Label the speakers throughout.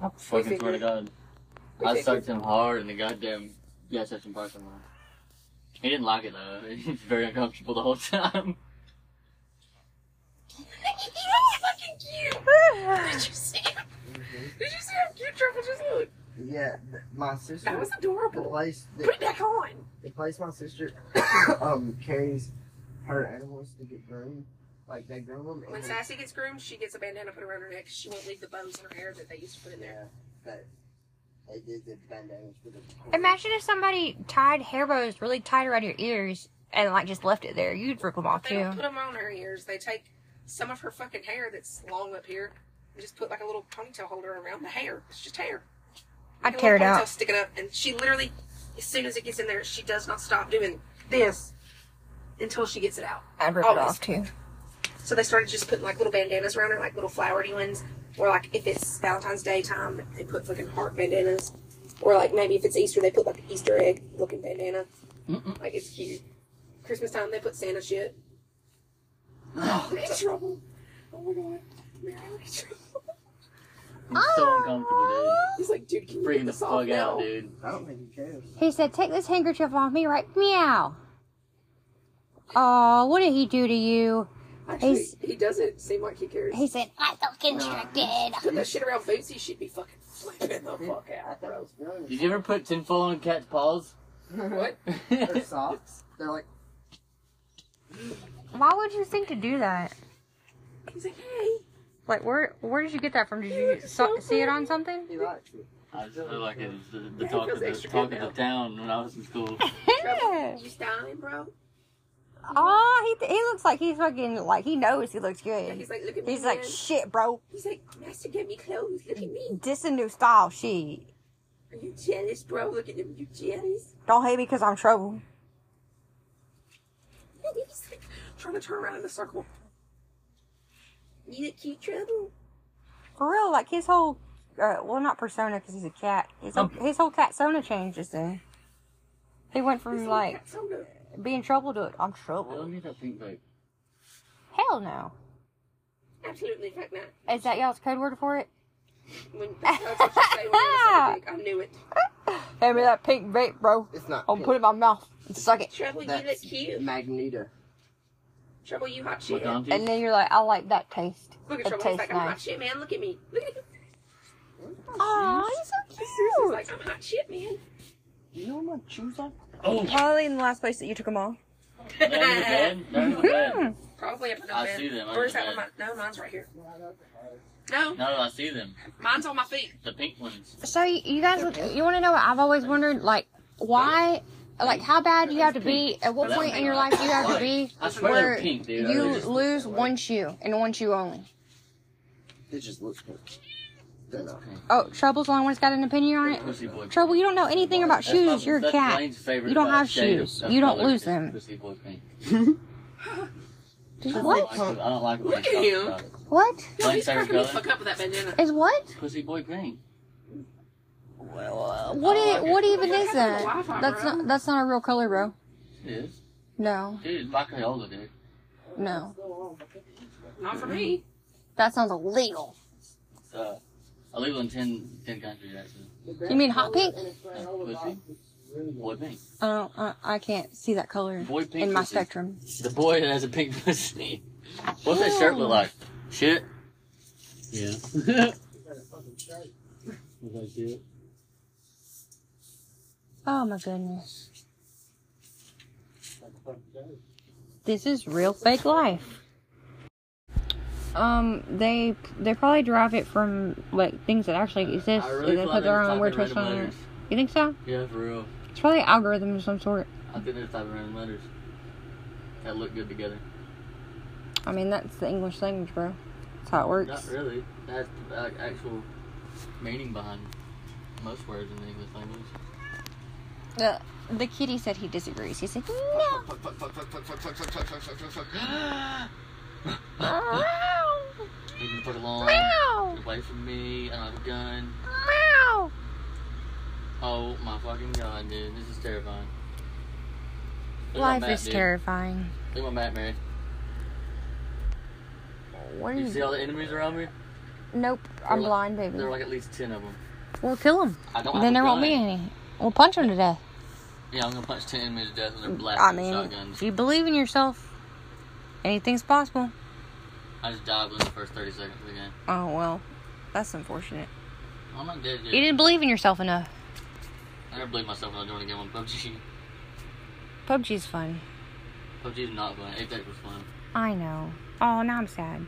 Speaker 1: I
Speaker 2: We
Speaker 1: fucking swear to
Speaker 2: figured.
Speaker 1: God.
Speaker 2: We
Speaker 1: I
Speaker 2: figured.
Speaker 1: sucked him hard in the goddamn gas station parking lot. He didn't like it though. He was very uncomfortable the whole time.
Speaker 3: fucking cute. Did you see him? Did you see how cute Trevor just looked?
Speaker 4: Yeah, th- my
Speaker 3: That
Speaker 4: sister.
Speaker 3: was
Speaker 4: the
Speaker 3: adorable.
Speaker 4: place
Speaker 3: Put it
Speaker 4: the,
Speaker 3: back on.
Speaker 4: the place my sister um carries her animals to get groomed. Like they groom them.
Speaker 3: When
Speaker 4: And
Speaker 3: Sassy gets groomed, she gets a bandana put around her neck. She won't leave the bows in her hair that they used to put in there.
Speaker 4: yeah, but they did the bandanas for the.
Speaker 5: Imagine if somebody tied hair bows really tight around your ears and like just left it there. You'd rip them off
Speaker 3: They
Speaker 5: too.
Speaker 3: don't put them on her ears. They take some of her fucking hair that's long up here and just put like a little ponytail holder around the hair. It's just hair.
Speaker 5: I'd
Speaker 3: Like a
Speaker 5: tear it
Speaker 3: little ponytail
Speaker 5: out.
Speaker 3: Sticking up, and she literally, as soon as it gets in there, she does not stop doing this until she gets it out.
Speaker 5: I'd rip it
Speaker 3: always.
Speaker 5: off too.
Speaker 3: So they started just putting like little bandanas around her, like little flowery ones. Or like if it's Valentine's Day time, they put fucking heart bandanas. Or like maybe if it's Easter, they put like an Easter egg looking bandana.
Speaker 1: Mm-mm.
Speaker 3: Like it's cute. Christmas time, they put Santa shit. Oh, look at trouble. Oh my god. Mary, look at trouble.
Speaker 1: He was so uncomfortable,
Speaker 3: He's like, dude, can
Speaker 1: dude.
Speaker 3: you get
Speaker 1: Freaking the
Speaker 3: this off
Speaker 1: fuck out,
Speaker 3: Ah! now?
Speaker 1: dude.
Speaker 4: I don't think he cares.
Speaker 5: He said, "Take this handkerchief off me, right? Meow." Oh, what did he do to you?
Speaker 3: Actually,
Speaker 5: He's-
Speaker 3: he doesn't seem like he cares.
Speaker 5: He said, "I felt constricted."
Speaker 3: Put that shit around Bootsy, she'd be fucking flipping the fuck
Speaker 4: I
Speaker 3: out,
Speaker 4: thought it
Speaker 3: bro.
Speaker 4: was really.
Speaker 1: Did you ever put tinfoil on cat's paws?
Speaker 3: What?
Speaker 4: They're soft. They're like
Speaker 5: Why would you think to do that?
Speaker 3: He's like, hey.
Speaker 5: Like, where where did you get that from? Did
Speaker 3: It
Speaker 5: you
Speaker 3: looks
Speaker 5: so-
Speaker 3: so
Speaker 5: see it
Speaker 3: funny.
Speaker 5: on something?
Speaker 4: he likes it.
Speaker 1: I just feel like it was the, the
Speaker 3: Yeah, it
Speaker 1: talk, of
Speaker 3: feels
Speaker 1: the,
Speaker 3: extra
Speaker 1: talk
Speaker 3: good
Speaker 1: of the
Speaker 3: now.
Speaker 1: town when I was in school.
Speaker 3: Trevor, you styling, bro?
Speaker 5: Oh, he, he looks like he's fucking like he knows he looks
Speaker 3: And
Speaker 5: good.
Speaker 3: he's like, look at me.
Speaker 5: He's like,
Speaker 3: man.
Speaker 5: shit, bro,
Speaker 3: He's like, Master gave me clothes. Look at me.
Speaker 5: this a new style. She
Speaker 3: Are you jealous, bro? Look at him. You jealous?
Speaker 5: don't hate me because I'm trouble.
Speaker 3: He's like, trying to turn around in a circle. You look cute, trouble.
Speaker 5: For real, like his whole uh, well, not persona because he's a cat. His whole, his whole cat sona changes then. He went from
Speaker 3: He's
Speaker 5: like
Speaker 3: "Cat soda."
Speaker 5: being trouble to I'm
Speaker 1: I don't
Speaker 5: trouble.
Speaker 1: need that pink vape.
Speaker 5: Hell no.
Speaker 3: Absolutely, fuck not.
Speaker 5: Is that y'all's code word for it?
Speaker 3: When that's what you say when I was a dick. I knew it.
Speaker 5: Hand me that pink vape, bro.
Speaker 4: It's not.
Speaker 5: I'll Oh, put it in my mouth and suck it.
Speaker 3: Trouble, you look
Speaker 4: That's
Speaker 3: cute.
Speaker 4: Magneto.
Speaker 3: Trouble, you hot shit.
Speaker 1: Look on
Speaker 5: And
Speaker 1: to
Speaker 5: then you're like, I like that taste.
Speaker 3: Look at
Speaker 5: It
Speaker 3: Trouble. He's
Speaker 5: tastes
Speaker 3: like, I'm hot
Speaker 5: nice.
Speaker 3: shit, man. Look at me. Look at him. Oh.
Speaker 5: Aw, he's
Speaker 3: He's
Speaker 5: so
Speaker 3: like, I'm hot shit, man.
Speaker 4: You know what my shoes are?
Speaker 1: Oh,
Speaker 5: Probably in the last place that you took them all.
Speaker 1: they're in the bed. They're in the bed.
Speaker 3: Probably up in the
Speaker 1: I
Speaker 3: bed.
Speaker 1: see them
Speaker 3: Where's
Speaker 1: under
Speaker 3: that one?
Speaker 1: the
Speaker 3: No, mine's right here. No,
Speaker 1: No, I see them.
Speaker 3: mine's on my feet.
Speaker 1: The pink ones.
Speaker 5: So you you guys, you want to know what I've always wondered? Like, why? Like, how bad do you have to be? At what point in your life do you have to be
Speaker 1: I swear
Speaker 5: where
Speaker 1: they're pink, dude.
Speaker 5: you
Speaker 1: They're just-
Speaker 5: lose one shoe and one shoe only?
Speaker 4: They just look pink. They're not.
Speaker 5: Oh, Trouble's the only one's got an opinion on it.
Speaker 1: Pussy boy.
Speaker 5: Trouble, you don't know anything about
Speaker 1: That's
Speaker 5: shoes.
Speaker 1: probably-
Speaker 5: You're a
Speaker 1: that's
Speaker 5: cat.
Speaker 1: Lane's favorite
Speaker 5: You don't
Speaker 1: about
Speaker 5: have
Speaker 1: shade of
Speaker 5: shoes.
Speaker 1: stuff
Speaker 5: you don't
Speaker 1: color
Speaker 5: lose
Speaker 1: is
Speaker 5: them.
Speaker 1: pussy boy pink.
Speaker 5: Dude,
Speaker 1: I don't
Speaker 5: What?
Speaker 1: like it. I don't like it. when
Speaker 3: Look
Speaker 1: they
Speaker 3: at
Speaker 1: talk about
Speaker 5: What
Speaker 1: it. Lane's favorite
Speaker 3: he's cracking me the
Speaker 1: color?
Speaker 3: fuck up with that bandana.
Speaker 5: is what?
Speaker 1: Pussy boy pink.
Speaker 5: What?
Speaker 1: uh, I
Speaker 5: It,
Speaker 1: like it.
Speaker 5: what even is
Speaker 3: happened to
Speaker 5: that?
Speaker 3: Wi-Fi,
Speaker 5: That's
Speaker 3: bro?
Speaker 5: not. That's not a real color, bro.
Speaker 1: It is.
Speaker 5: No,
Speaker 1: Dude, it's like Crayola, dude.
Speaker 5: no.
Speaker 3: Not for me.
Speaker 5: That sounds illegal.
Speaker 1: It's, uh, illegal in 10, 10 countries, actually.
Speaker 5: You mean hot pink?
Speaker 1: Pussy? Boy pink.
Speaker 5: I don't. I, I can't see that color
Speaker 1: Boy pink.
Speaker 5: in my
Speaker 1: pussy.
Speaker 5: spectrum.
Speaker 1: The boy that has a pink pussy. What's that shirt look like? Shit? Yeah.
Speaker 5: Oh my goodness. This is real fake life. Um, they they probably derive it from like things that actually exist.
Speaker 1: I
Speaker 5: and
Speaker 1: really
Speaker 5: they
Speaker 1: feel
Speaker 5: put
Speaker 1: like
Speaker 5: their
Speaker 1: they're
Speaker 5: own
Speaker 1: typing
Speaker 5: weird twist
Speaker 1: random
Speaker 5: on it.
Speaker 1: letters.
Speaker 5: You think so?
Speaker 1: Yeah, for real.
Speaker 5: It's probably an algorithm of some sort.
Speaker 1: I think they're typing random letters. That look good together.
Speaker 5: I mean, that's the English language, bro. That's how it
Speaker 1: Not
Speaker 5: works.
Speaker 1: really. That's like actual meaning behind most words in the English language.
Speaker 5: The the kitty said he disagrees. He said no.
Speaker 1: Leave me the fuck alone.
Speaker 5: Meow.
Speaker 1: Get away from me. I don't have a gun.
Speaker 5: Meow.
Speaker 1: Oh my fucking god, dude. This is terrifying. Look at my
Speaker 5: Life
Speaker 1: map,
Speaker 5: is
Speaker 1: dude.
Speaker 5: terrifying.
Speaker 1: Look at my map, Mary.
Speaker 5: What are
Speaker 1: You
Speaker 5: you
Speaker 1: see all the enemies around me?
Speaker 5: Nope, I'm
Speaker 1: They're
Speaker 5: blind, baby.
Speaker 1: There were like at least ten of them.
Speaker 5: We'll kill them.
Speaker 1: I don't. have
Speaker 5: Then
Speaker 1: a
Speaker 5: there won't be
Speaker 1: gun.
Speaker 5: any. We'll punch them to death.
Speaker 1: Yeah, I'm gonna punch ten enemies to death with their black
Speaker 5: Mm, I mean,
Speaker 1: shotguns.
Speaker 5: if you believe in yourself, anything's possible.
Speaker 1: I just died within the first thirty seconds of the game.
Speaker 5: Oh well, that's unfortunate.
Speaker 1: I'm not dead yet.
Speaker 5: You didn't believe in yourself enough.
Speaker 1: I never believe myself when I joined a game on PUBG.
Speaker 5: PUBG's fun.
Speaker 1: PUBG's not fun. Apex was fun.
Speaker 5: I know. Oh, now I'm sad.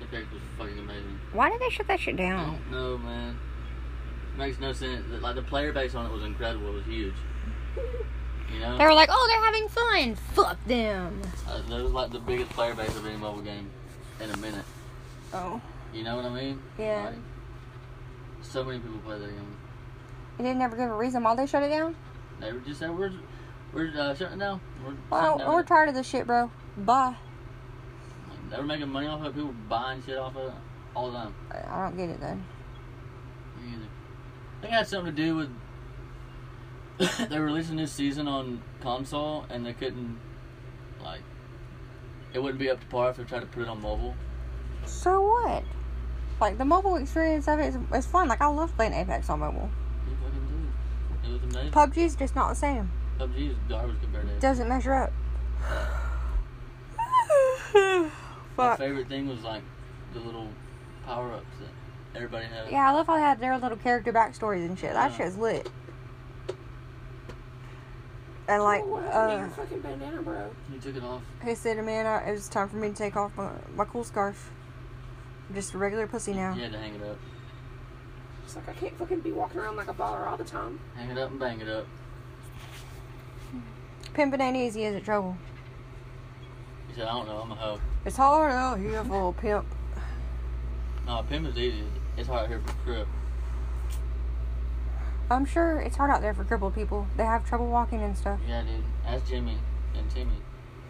Speaker 1: Apex was fucking amazing.
Speaker 5: Why did they shut that shit
Speaker 1: Hmm. I
Speaker 5: down?
Speaker 1: don't know, man. Makes no sense. Like the player base on it was incredible. It was huge. You know,
Speaker 5: They were like, oh, they're having fun. Fuck them.
Speaker 1: uh, that was like the biggest player base of any mobile game in a minute.
Speaker 5: Oh,
Speaker 1: You know what I mean?
Speaker 5: Yeah.
Speaker 1: Like, so many people play that game.
Speaker 5: they didn't ever give a reason why they shut it down.
Speaker 1: They were just saying we're we're uh, shutting down. We're
Speaker 5: Well,
Speaker 1: shutting down.
Speaker 5: we're tired of this shit, bro. Bye.
Speaker 1: They were making money off of it. People were buying shit off of it all the time.
Speaker 5: I- I don't get it then.
Speaker 1: Me either. I think it had something to do with they released a new season on console and they couldn't like it wouldn't be up to par if they tried to put it on mobile.
Speaker 5: So what? Like the mobile experience of it is, is fun. Like I love playing Apex on mobile.
Speaker 1: You fucking do. It was amazing.
Speaker 5: PUBG's just not the same.
Speaker 1: PUBG is garbage compared to it.
Speaker 5: Doesn't measure up.
Speaker 1: My
Speaker 5: Fuck.
Speaker 1: favorite thing was like the little power ups that everybody had.
Speaker 5: Yeah, I love how they had their little character backstories and shit. That
Speaker 1: Yeah.
Speaker 5: shit's lit. And like,
Speaker 3: what happened to
Speaker 5: uh,
Speaker 3: your fucking bandana, bro?
Speaker 1: You took it off.
Speaker 5: he said to me, and I- it was time for me to take off my, my cool scarf. I'm just a regular pussy now.
Speaker 1: You had to hang it up.
Speaker 3: It's like I can't fucking be walking around like a baller all the time.
Speaker 1: Hang it up and bang it up.
Speaker 5: Pimping ain't easy, is it trouble?
Speaker 1: He said, I don't know, I'm a hoe.
Speaker 5: It's hard out here for a pimp.
Speaker 1: No, pimp is easy. It's hard here for crip.
Speaker 5: I'm sure it's hard out there for crippled people. They have trouble walking and stuff.
Speaker 1: Yeah, dude. Ask Jimmy and Timmy.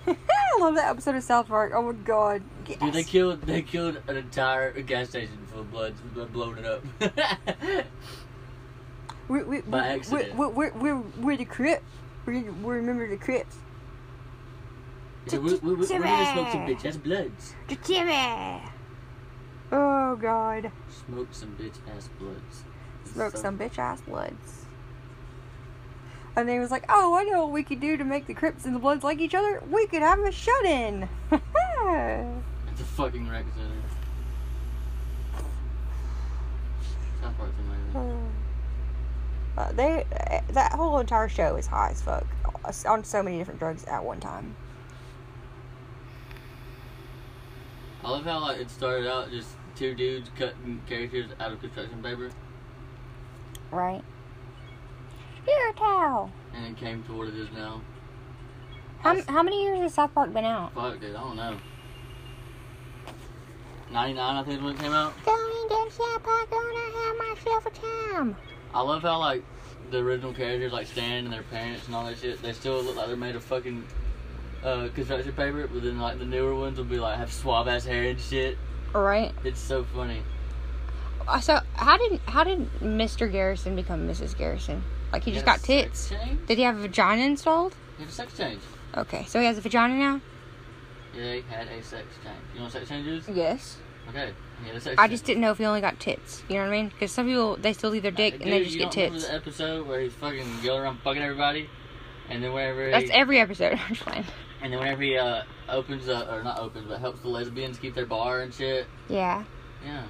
Speaker 5: I love that episode of South Park. Oh my god. Yes.
Speaker 1: Dude, they killed they killed an entire gas station full of bloods, bl- blowing it up.
Speaker 5: we, we,
Speaker 1: by
Speaker 5: we-
Speaker 1: accident.
Speaker 5: We, we, we, we, we're the Crips. We, we remember the Crips.
Speaker 1: we, we, we, we're gonna smoke some bitch ass bloods.
Speaker 5: The Timmy! Oh god.
Speaker 1: Smoke some bitch ass bloods.
Speaker 5: Smoke some bitch ass bloods. And they was like, oh, I know what we could do to make the Crips and the Bloods like each other. We could have a shut in.
Speaker 1: At the fucking rec center. South Park's amazing.
Speaker 5: Uh, they uh, that whole entire show is high as fuck on so many different drugs at one time.
Speaker 1: I love how like it started out just two dudes cutting characters out of construction paper,
Speaker 5: Right. You're a towel.
Speaker 1: and it came to what it is now.
Speaker 5: How, how many years has South Park been out?
Speaker 1: Fuck, dude, I don't know. 99, I think, is when it came out.
Speaker 5: Going to South Park, gonna have myself a time.
Speaker 1: I love how like the original characters like Stan and their parents and all that shit. They still look like they're made of fucking uh, construction paper, but then like the newer ones will be like have suave ass hair and shit.
Speaker 5: Right.
Speaker 1: It's so funny.
Speaker 5: Uh, So how did how did Mr. Garrison become Mrs. Garrison? Like he just
Speaker 1: had a
Speaker 5: got tits.
Speaker 1: Sex change?
Speaker 5: Did he have a vagina installed?
Speaker 1: He had a sex change.
Speaker 5: Okay, so he has a vagina now.
Speaker 1: Yeah, he had a sex change. You know what sex change is?
Speaker 5: Yes.
Speaker 1: Okay. He had a sex
Speaker 5: Mm. I
Speaker 1: change.
Speaker 5: just didn't know if he only got tits. You know what I mean? Because some people they still leave their dick
Speaker 1: Dude,
Speaker 5: and they just
Speaker 1: you
Speaker 5: get
Speaker 1: don't remember
Speaker 5: tits.
Speaker 1: the episode where he's fucking going around fucking everybody, and then whenever he,
Speaker 5: That's every episode. I'm just playing.
Speaker 1: and then whenever he uh, opens uh, or not opens but helps the lesbians keep their bar and shit.
Speaker 5: Yeah,
Speaker 1: Yeah.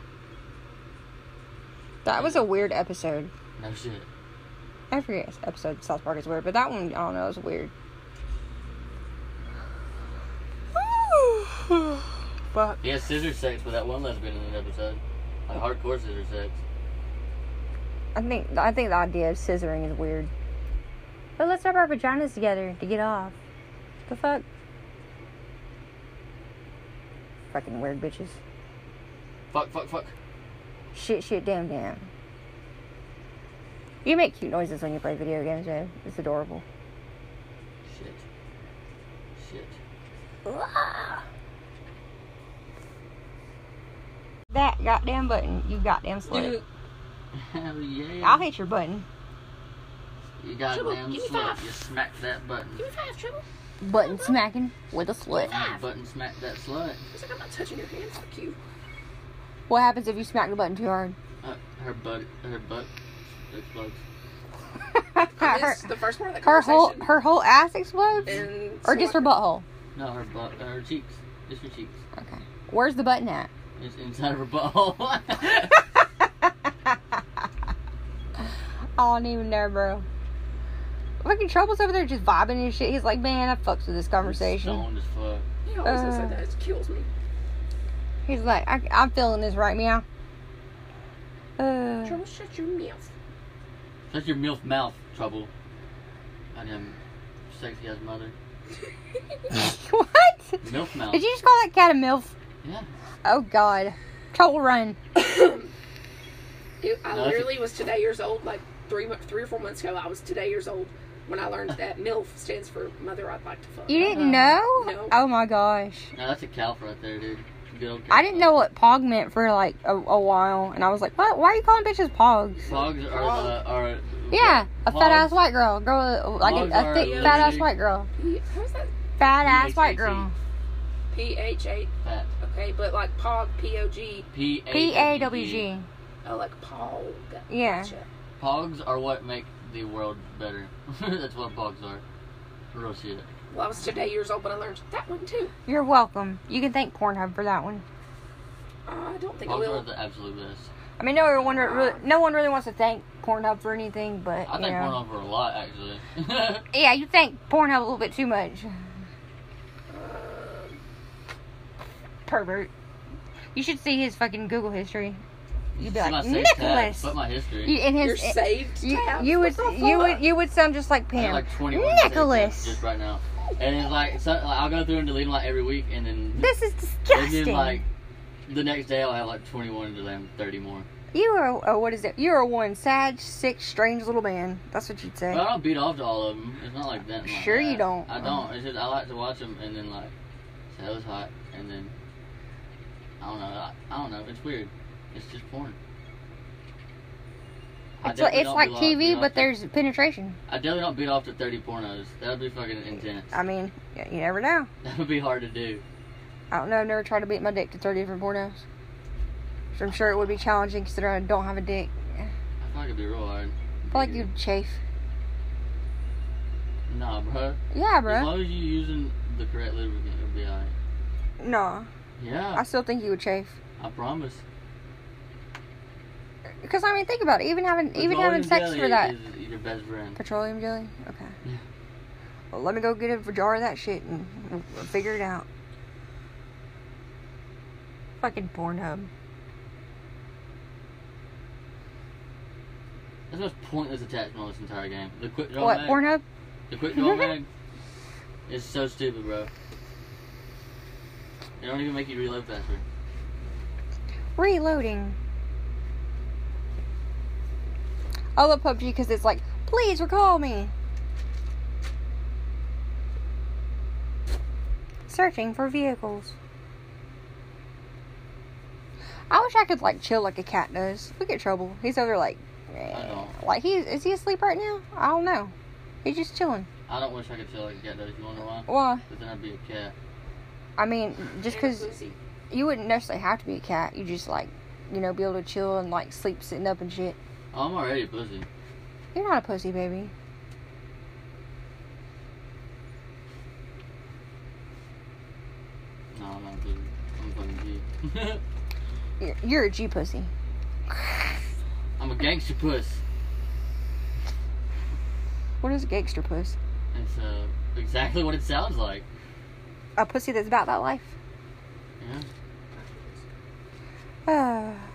Speaker 5: that was a weird episode.
Speaker 1: No shit.
Speaker 5: Every episode of South Park is weird, but that one I don't know is weird. Fuck.
Speaker 1: He had scissor sex with that one lesbian in the episode. Like hardcore scissor sex.
Speaker 5: I think I think the idea of scissoring is weird. But let's rub our vaginas together to get off. The fuck. Fucking weird bitches.
Speaker 1: Fuck, fuck, fuck.
Speaker 5: Shit, shit, damn, damn. You make cute noises when you play video games, man. It's adorable.
Speaker 1: Shit. Shit.
Speaker 5: That goddamn button, you goddamn slut.
Speaker 1: Hell yeah.
Speaker 5: I'll hit your button.
Speaker 1: You goddamn
Speaker 3: Triple, give me
Speaker 1: slut.
Speaker 3: five.
Speaker 1: You smacked that button.
Speaker 3: Give me five, Triple.
Speaker 5: Button smacking with a slut.
Speaker 1: Button smacked that slut.
Speaker 3: He's like, I'm not touching your hand. Fuck you.
Speaker 5: What happens if you smack the button too hard?
Speaker 1: Uh, her butt, her butt explodes.
Speaker 3: I
Speaker 5: her,
Speaker 3: missed the first part of the
Speaker 5: her whole
Speaker 3: conversation.
Speaker 5: her whole ass explodes,
Speaker 3: and
Speaker 5: or just her
Speaker 3: someone-
Speaker 5: butthole.
Speaker 1: No, her butt, uh, her cheeks. Just her cheeks.
Speaker 5: Okay. Where's the button at?
Speaker 1: It's inside of her butthole.
Speaker 5: I don't even know, bro. Fucking Trouble's over there just vibing and shit. He's like, man, I fucks with this conversation.
Speaker 1: Stoned as fuck.
Speaker 3: He always looks
Speaker 5: Uh.
Speaker 3: like that. It kills me.
Speaker 5: He's like, I, I'm feeling this right, meow. Uh,
Speaker 3: Trouble, shut your mouth.
Speaker 1: Shut your milf mouth, trouble. I am sexy ass mother.
Speaker 5: what?
Speaker 1: Milf mouth.
Speaker 5: Did you just call that cat a milf?
Speaker 1: Yeah.
Speaker 5: Oh God, Trouble Run.
Speaker 3: It- I
Speaker 1: No, that's-
Speaker 3: literally was today years old, like three mo- three or four months ago. I was today years old when I learned that MILF stands for Mother I'd Like to Fuck.
Speaker 5: You didn't
Speaker 1: Uh-huh.
Speaker 5: know?
Speaker 3: No.
Speaker 5: Oh my gosh.
Speaker 1: No, that's a calf right there, dude. Good old calf.
Speaker 5: I didn't know what pog meant for like a, a while, and I was like, "What? Why are you calling bitches pogs?"
Speaker 1: Hogs are the are.
Speaker 5: Yeah, a
Speaker 1: Pogs.
Speaker 5: fat ass white girl, girl like
Speaker 1: Pogs
Speaker 5: a,
Speaker 1: are
Speaker 5: a thick
Speaker 1: literally-
Speaker 5: fat ass white girl,
Speaker 3: P- How's that?
Speaker 5: fat ass
Speaker 1: PHAT.
Speaker 5: white girl,
Speaker 3: P H A.
Speaker 1: Fat.
Speaker 3: Okay, but like POG, P O G.
Speaker 1: P
Speaker 5: P A W G.
Speaker 3: Oh, like POG.
Speaker 5: Yeah.
Speaker 3: Gotcha.
Speaker 1: Hogs are what make the world better. that's what hogs are. Real shit.
Speaker 3: Well, I was today years old, but I learned that one too.
Speaker 5: You're welcome. You can thank Pornhub for that one.
Speaker 3: I don't think I
Speaker 1: Hogs are
Speaker 3: will.
Speaker 1: the absolute best.
Speaker 5: I mean, no one really, no one really wants to thank Pornhub for anything, but
Speaker 1: I
Speaker 5: you
Speaker 1: think
Speaker 5: know.
Speaker 1: one over a lot actually.
Speaker 5: yeah, you thank Pornhub a little bit too much. Pervert. You should see his fucking Google history. You'd be
Speaker 1: See
Speaker 5: like,
Speaker 1: my sex tab,
Speaker 5: "Nicholas!"
Speaker 1: But my history.
Speaker 5: You, in
Speaker 3: Your
Speaker 5: his, eh,
Speaker 3: saved
Speaker 5: you,
Speaker 3: tabs.
Speaker 5: you would
Speaker 3: What the fuck?
Speaker 5: you would you would sound just like
Speaker 1: I
Speaker 5: Pam.
Speaker 1: have, like 21 sex tabs
Speaker 5: Nicholas,
Speaker 1: Just right now. And it's like, so, like I'll go through and delete them like every week, and then
Speaker 5: this is
Speaker 1: and
Speaker 5: disgusting.
Speaker 1: then like the next day I'll have like 21 to then 30 more.
Speaker 5: you are oh, what is it? You are one sad, sick, strange little man. That's what you'd say.
Speaker 1: But I don't beat off to all of them. It's not like that. like
Speaker 5: Sure you
Speaker 1: that.
Speaker 5: don't.
Speaker 1: I don't. It's just I like to watch them and then like say that was hot and then I don't know. I, I don't know. It's weird. It's just porn. I
Speaker 5: it's like,
Speaker 1: definitely
Speaker 5: it's
Speaker 1: don't
Speaker 5: like
Speaker 1: beat off- beat
Speaker 5: TV,
Speaker 1: off
Speaker 5: but
Speaker 1: to-
Speaker 5: there's penetration.
Speaker 1: I definitely don't beat off to 30 pornos. That would be fucking intense.
Speaker 5: I mean, y- you never know.
Speaker 1: That would be hard to do.
Speaker 5: I don't know. I've never tried to beat my dick to thirty different pornos. So I'm sure it would be challenging considering I don't have a dick.
Speaker 1: I feel like it'd be real hard.
Speaker 5: I feel like you'd chafe.
Speaker 1: Nah, bro.
Speaker 5: Yeah,
Speaker 1: As
Speaker 5: bro.
Speaker 1: long as you're using the correct lubricant, it'll be alright.
Speaker 5: No, I
Speaker 1: Yeah,
Speaker 5: still think you would chafe.
Speaker 1: I, promise.
Speaker 5: Because I mean, think about it. Even having even
Speaker 1: Petroleum
Speaker 5: having sex for
Speaker 1: jelly
Speaker 5: that
Speaker 1: Is your best friend.
Speaker 5: petroleum jelly. Okay.
Speaker 1: Yeah.
Speaker 5: Well, let me go get a jar of that shit and we'll we'll figure it out. Fucking Pornhub.
Speaker 1: That's the most pointless attachment on this entire game. The quick draw
Speaker 5: What
Speaker 1: mag.
Speaker 5: Pornhub?
Speaker 1: The quick draw mag is so stupid, bro. They don't even make you reload faster.
Speaker 5: Reloading. I love PUBG because it's like, please recall me. Searching for vehicles. I wish I could like chill like a cat does. Look at Trouble. He's over like,
Speaker 1: I
Speaker 5: eh.
Speaker 1: don't.
Speaker 5: like he is he asleep right now? I don't know. He's just chilling.
Speaker 1: I don't wish I could chill like a cat though. If you wonder why?
Speaker 5: Well,
Speaker 1: Because then I'd be a cat.
Speaker 5: I mean, just
Speaker 3: And
Speaker 5: because
Speaker 3: Lucy.
Speaker 5: you wouldn't necessarily have to be a cat. You just like, you know, be able to chill and like sleep sitting up and shit.
Speaker 1: Oh, I'm already a pussy.
Speaker 5: You're not a pussy, baby.
Speaker 1: No, I'm not a pussy. I'm a fucking G.
Speaker 5: You're, you're a G pussy.
Speaker 1: I'm a gangster puss.
Speaker 5: What is a gangster puss?
Speaker 1: It's uh, exactly what it sounds like.
Speaker 5: A pussy that's about that life.
Speaker 1: Yeah.
Speaker 5: Ah.